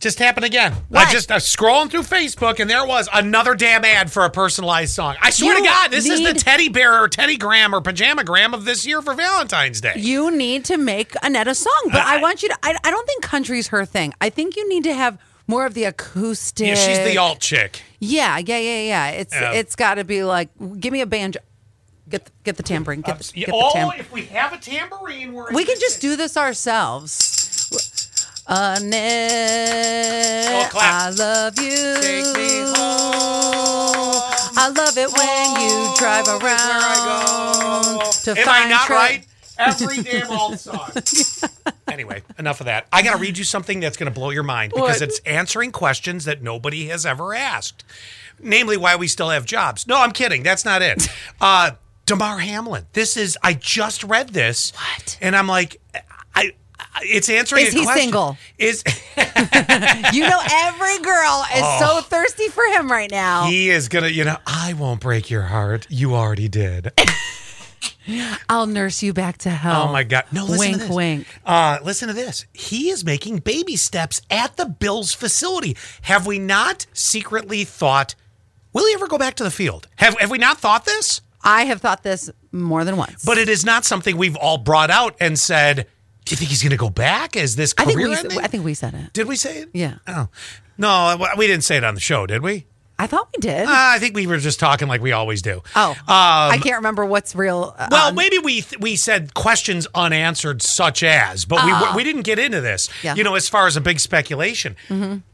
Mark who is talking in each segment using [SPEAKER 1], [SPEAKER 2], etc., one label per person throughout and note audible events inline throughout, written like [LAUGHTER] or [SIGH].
[SPEAKER 1] Just happened again. I
[SPEAKER 2] What?
[SPEAKER 1] just I was scrolling through Facebook and there was another damn ad for a personalized song. I swear to
[SPEAKER 2] You
[SPEAKER 1] God, this is the
[SPEAKER 2] need-
[SPEAKER 1] teddy bear or teddy gram or pajama gram of this year for Valentine's Day.
[SPEAKER 2] You need to make Annetta song, but I
[SPEAKER 1] I-
[SPEAKER 2] want you to. I, I don't think country's her thing. I think you need to have more of the acoustic.
[SPEAKER 1] yeah, she's the alt chick.
[SPEAKER 2] Yeah, yeah, yeah, yeah. It's
[SPEAKER 1] Yeah.
[SPEAKER 2] it's got to be like, give me a banjo, get the, get the tambourine, get the, get the
[SPEAKER 1] oh,
[SPEAKER 2] tam-
[SPEAKER 1] if we have a tambourine, we're in
[SPEAKER 2] We can
[SPEAKER 1] good
[SPEAKER 2] just
[SPEAKER 1] shape.
[SPEAKER 2] do this ourselves. Annette,
[SPEAKER 1] Oh, clap.
[SPEAKER 2] I love you.
[SPEAKER 1] Take me home.
[SPEAKER 2] I love it when you drive
[SPEAKER 1] Home
[SPEAKER 2] around.
[SPEAKER 1] is where I go.
[SPEAKER 2] to
[SPEAKER 1] Am I
[SPEAKER 2] find
[SPEAKER 1] not
[SPEAKER 2] tra-
[SPEAKER 1] right? Every
[SPEAKER 2] [LAUGHS]
[SPEAKER 1] damn alt song. anyway, enough of that. I got to read you something that's going to blow your mind because
[SPEAKER 2] What?
[SPEAKER 1] it's answering questions that nobody has ever asked, namely why we still have jobs. No, I'm kidding. That's not
[SPEAKER 2] [LAUGHS]
[SPEAKER 1] it. Uh, Damar Hamlin. This is. I just read this.
[SPEAKER 2] What?
[SPEAKER 1] And I'm like, I. I- It's answering.
[SPEAKER 2] Is
[SPEAKER 1] a
[SPEAKER 2] he
[SPEAKER 1] question.
[SPEAKER 2] single?
[SPEAKER 1] Is
[SPEAKER 2] You know, every girl is so thirsty for him right now.
[SPEAKER 1] Oh. he is gonna? You know, I won't break your heart. You already did.
[SPEAKER 2] I'll nurse you back to hell.
[SPEAKER 1] Oh my God! No, listen
[SPEAKER 2] wink,
[SPEAKER 1] to this.
[SPEAKER 2] wink.
[SPEAKER 1] Uh, listen to this. He is making baby steps at the Bills facility. Have we not secretly thought? Will he ever go back to the field? Have Have we not thought this?
[SPEAKER 2] I have thought this more than once.
[SPEAKER 1] But it is not something we've all brought out and said. Do you think he's going to go back? Is this
[SPEAKER 2] I
[SPEAKER 1] career
[SPEAKER 2] think we,
[SPEAKER 1] ending?"
[SPEAKER 2] I think we said it.
[SPEAKER 1] Did we say it?
[SPEAKER 2] Yeah.
[SPEAKER 1] Oh no, we didn't say it on the show, did we?
[SPEAKER 2] I thought we did.
[SPEAKER 1] Uh, I think we were just talking like we always do.
[SPEAKER 2] oh,
[SPEAKER 1] Um,
[SPEAKER 2] I can't remember what's real. uh,
[SPEAKER 1] Well,
[SPEAKER 2] um,
[SPEAKER 1] maybe we th- we said questions unanswered, such as, but we we didn't get into this.
[SPEAKER 2] Ah. Yeah. Mm-hmm.
[SPEAKER 1] You know, as far as a big speculation,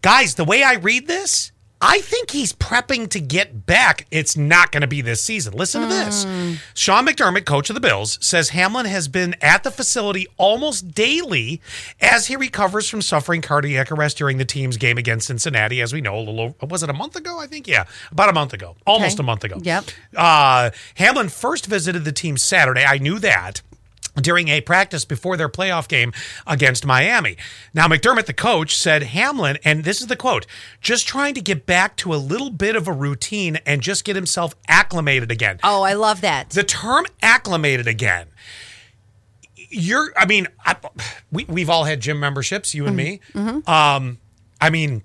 [SPEAKER 1] guys. The way I read this, I think he's prepping to get back. It's not going to be this season. Listen to
[SPEAKER 2] Mm.
[SPEAKER 1] this: Sean McDermott, coach of the Bills, says Hamlin has been at the facility almost daily as he recovers from suffering cardiac arrest during the team's game against Cincinnati. As we know, a little was it a month ago? I think yeah, about a month ago, almost a
[SPEAKER 2] Okay.
[SPEAKER 1] month ago.
[SPEAKER 2] Yep.
[SPEAKER 1] Uh, Hamlin first visited the team Saturday. I knew that during a practice before their playoff game against Miami. Now, McDermott, the coach, said Hamlin, and this is the quote just trying to get back to a little bit of a routine and just get himself acclimated again.
[SPEAKER 2] oh, I love that.
[SPEAKER 1] The term acclimated again. You're, I mean, I, we, we've all had gym memberships, you and me. Um, I mean,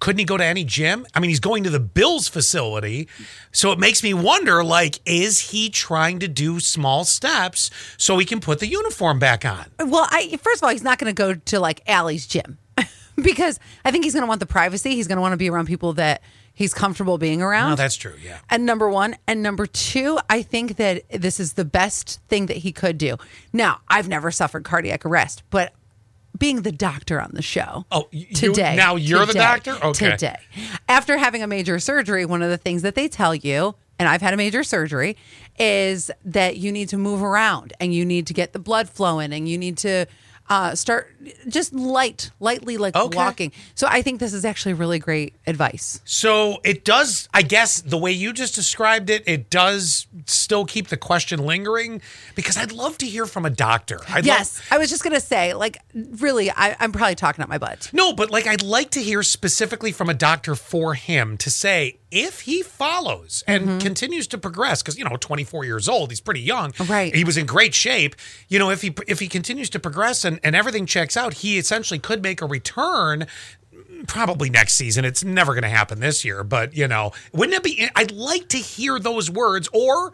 [SPEAKER 1] couldn't he go to any gym? I mean, he's going to the Bills facility. So it makes me wonder like, is he trying to do small steps so he can put the uniform back on?
[SPEAKER 2] Well, I first of all, he's not going to go to like Allie's gym [LAUGHS] because I think he's going to want the privacy. He's going to want to be around people that he's comfortable being around.
[SPEAKER 1] No, that's true. Yeah.
[SPEAKER 2] and number one and number two i think that this is the best thing that he could do now i've never suffered cardiac arrest but being the doctor on the show
[SPEAKER 1] Oh, you-
[SPEAKER 2] today
[SPEAKER 1] now you're the
[SPEAKER 2] today,
[SPEAKER 1] doctor? Okay.
[SPEAKER 2] today after having a major surgery one of the things that they tell you and i've had a major surgery is that you need to move around and you need to get the blood flowing and you need to uh, start just light lightly like
[SPEAKER 1] Okay.
[SPEAKER 2] walking so i think this is actually really great advice
[SPEAKER 1] So it does, I guess, the way you just described it, it does still keep the question lingering because I'd love to hear from a doctor. I'd love-
[SPEAKER 2] Yes, I was just gonna say, like, really, I, I'm probably talking up my butt.
[SPEAKER 1] No, but like I'd like to hear specifically from a doctor for him to say if he follows and
[SPEAKER 2] Mm-hmm.
[SPEAKER 1] continues to progress because you know 24 years old he's pretty young
[SPEAKER 2] Right.
[SPEAKER 1] he was in great shape you know if he if he continues to progress and, and everything checks out he essentially could make a return probably next season it's never going to happen this year but you know wouldn't it be I'd like to hear those words or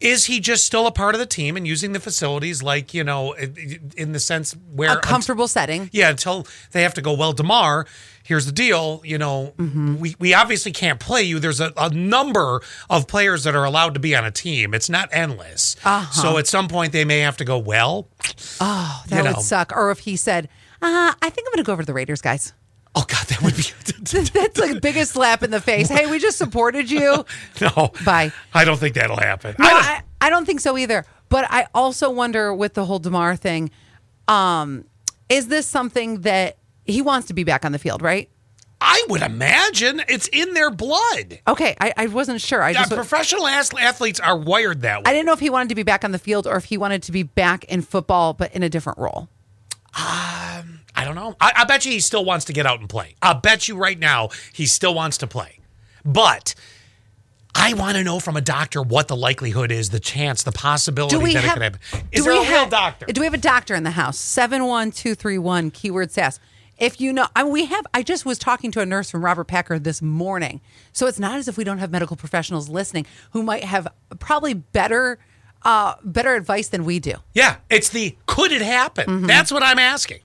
[SPEAKER 1] is he just still a part of the team and using the facilities like you know in in the sense where
[SPEAKER 2] A comfortable setting.
[SPEAKER 1] yeah, until they have to go, well, DeMar, here's the deal. You know, we, we obviously can't play you. There's a, a number of players that are allowed to be on a team, it's not endless. So at some point, they may have to go, well,
[SPEAKER 2] Uh-huh. Oh, That
[SPEAKER 1] you
[SPEAKER 2] would
[SPEAKER 1] know.
[SPEAKER 2] suck. Or if he said, uh, "I think I'm gonna go over to the Raiders, guys." [LAUGHS]
[SPEAKER 1] oh, God, that would be. [LAUGHS]
[SPEAKER 2] That's like the biggest slap in the face. Hey, we just supported you.
[SPEAKER 1] no.
[SPEAKER 2] Bye.
[SPEAKER 1] I don't think that'll happen.
[SPEAKER 2] No,
[SPEAKER 1] [LAUGHS] I don't-
[SPEAKER 2] I, I don't think so either. But I also wonder with the whole Demar thing, um, is this something that he wants to be back on the field, right?
[SPEAKER 1] I would imagine it's in their blood.
[SPEAKER 2] Okay, I, I wasn't sure. I
[SPEAKER 1] Yeah,
[SPEAKER 2] just
[SPEAKER 1] professional ath- athletes are wired that way.
[SPEAKER 2] I didn't know if he wanted to be back on the field or if he wanted to be back in football, but in a different role.
[SPEAKER 1] I don't know. I, I bet you he still wants to get out and play. I bet you right now he still wants to play. But I want to know from a doctor what the likelihood is, the chance, the possibility
[SPEAKER 2] do we
[SPEAKER 1] that
[SPEAKER 2] have,
[SPEAKER 1] it could happen. Is
[SPEAKER 2] do
[SPEAKER 1] there
[SPEAKER 2] we
[SPEAKER 1] a real
[SPEAKER 2] have-
[SPEAKER 1] doctor?
[SPEAKER 2] Do we have a doctor in the house? 71231, keyword SAS. If you know, I mean, we have, I just was talking to a nurse from Robert Packard this morning. So it's not as if we don't have medical professionals listening who might have probably better, uh, better advice than we do. Mm-hmm.
[SPEAKER 1] Yeah, it's the could it happen? That's what I'm asking.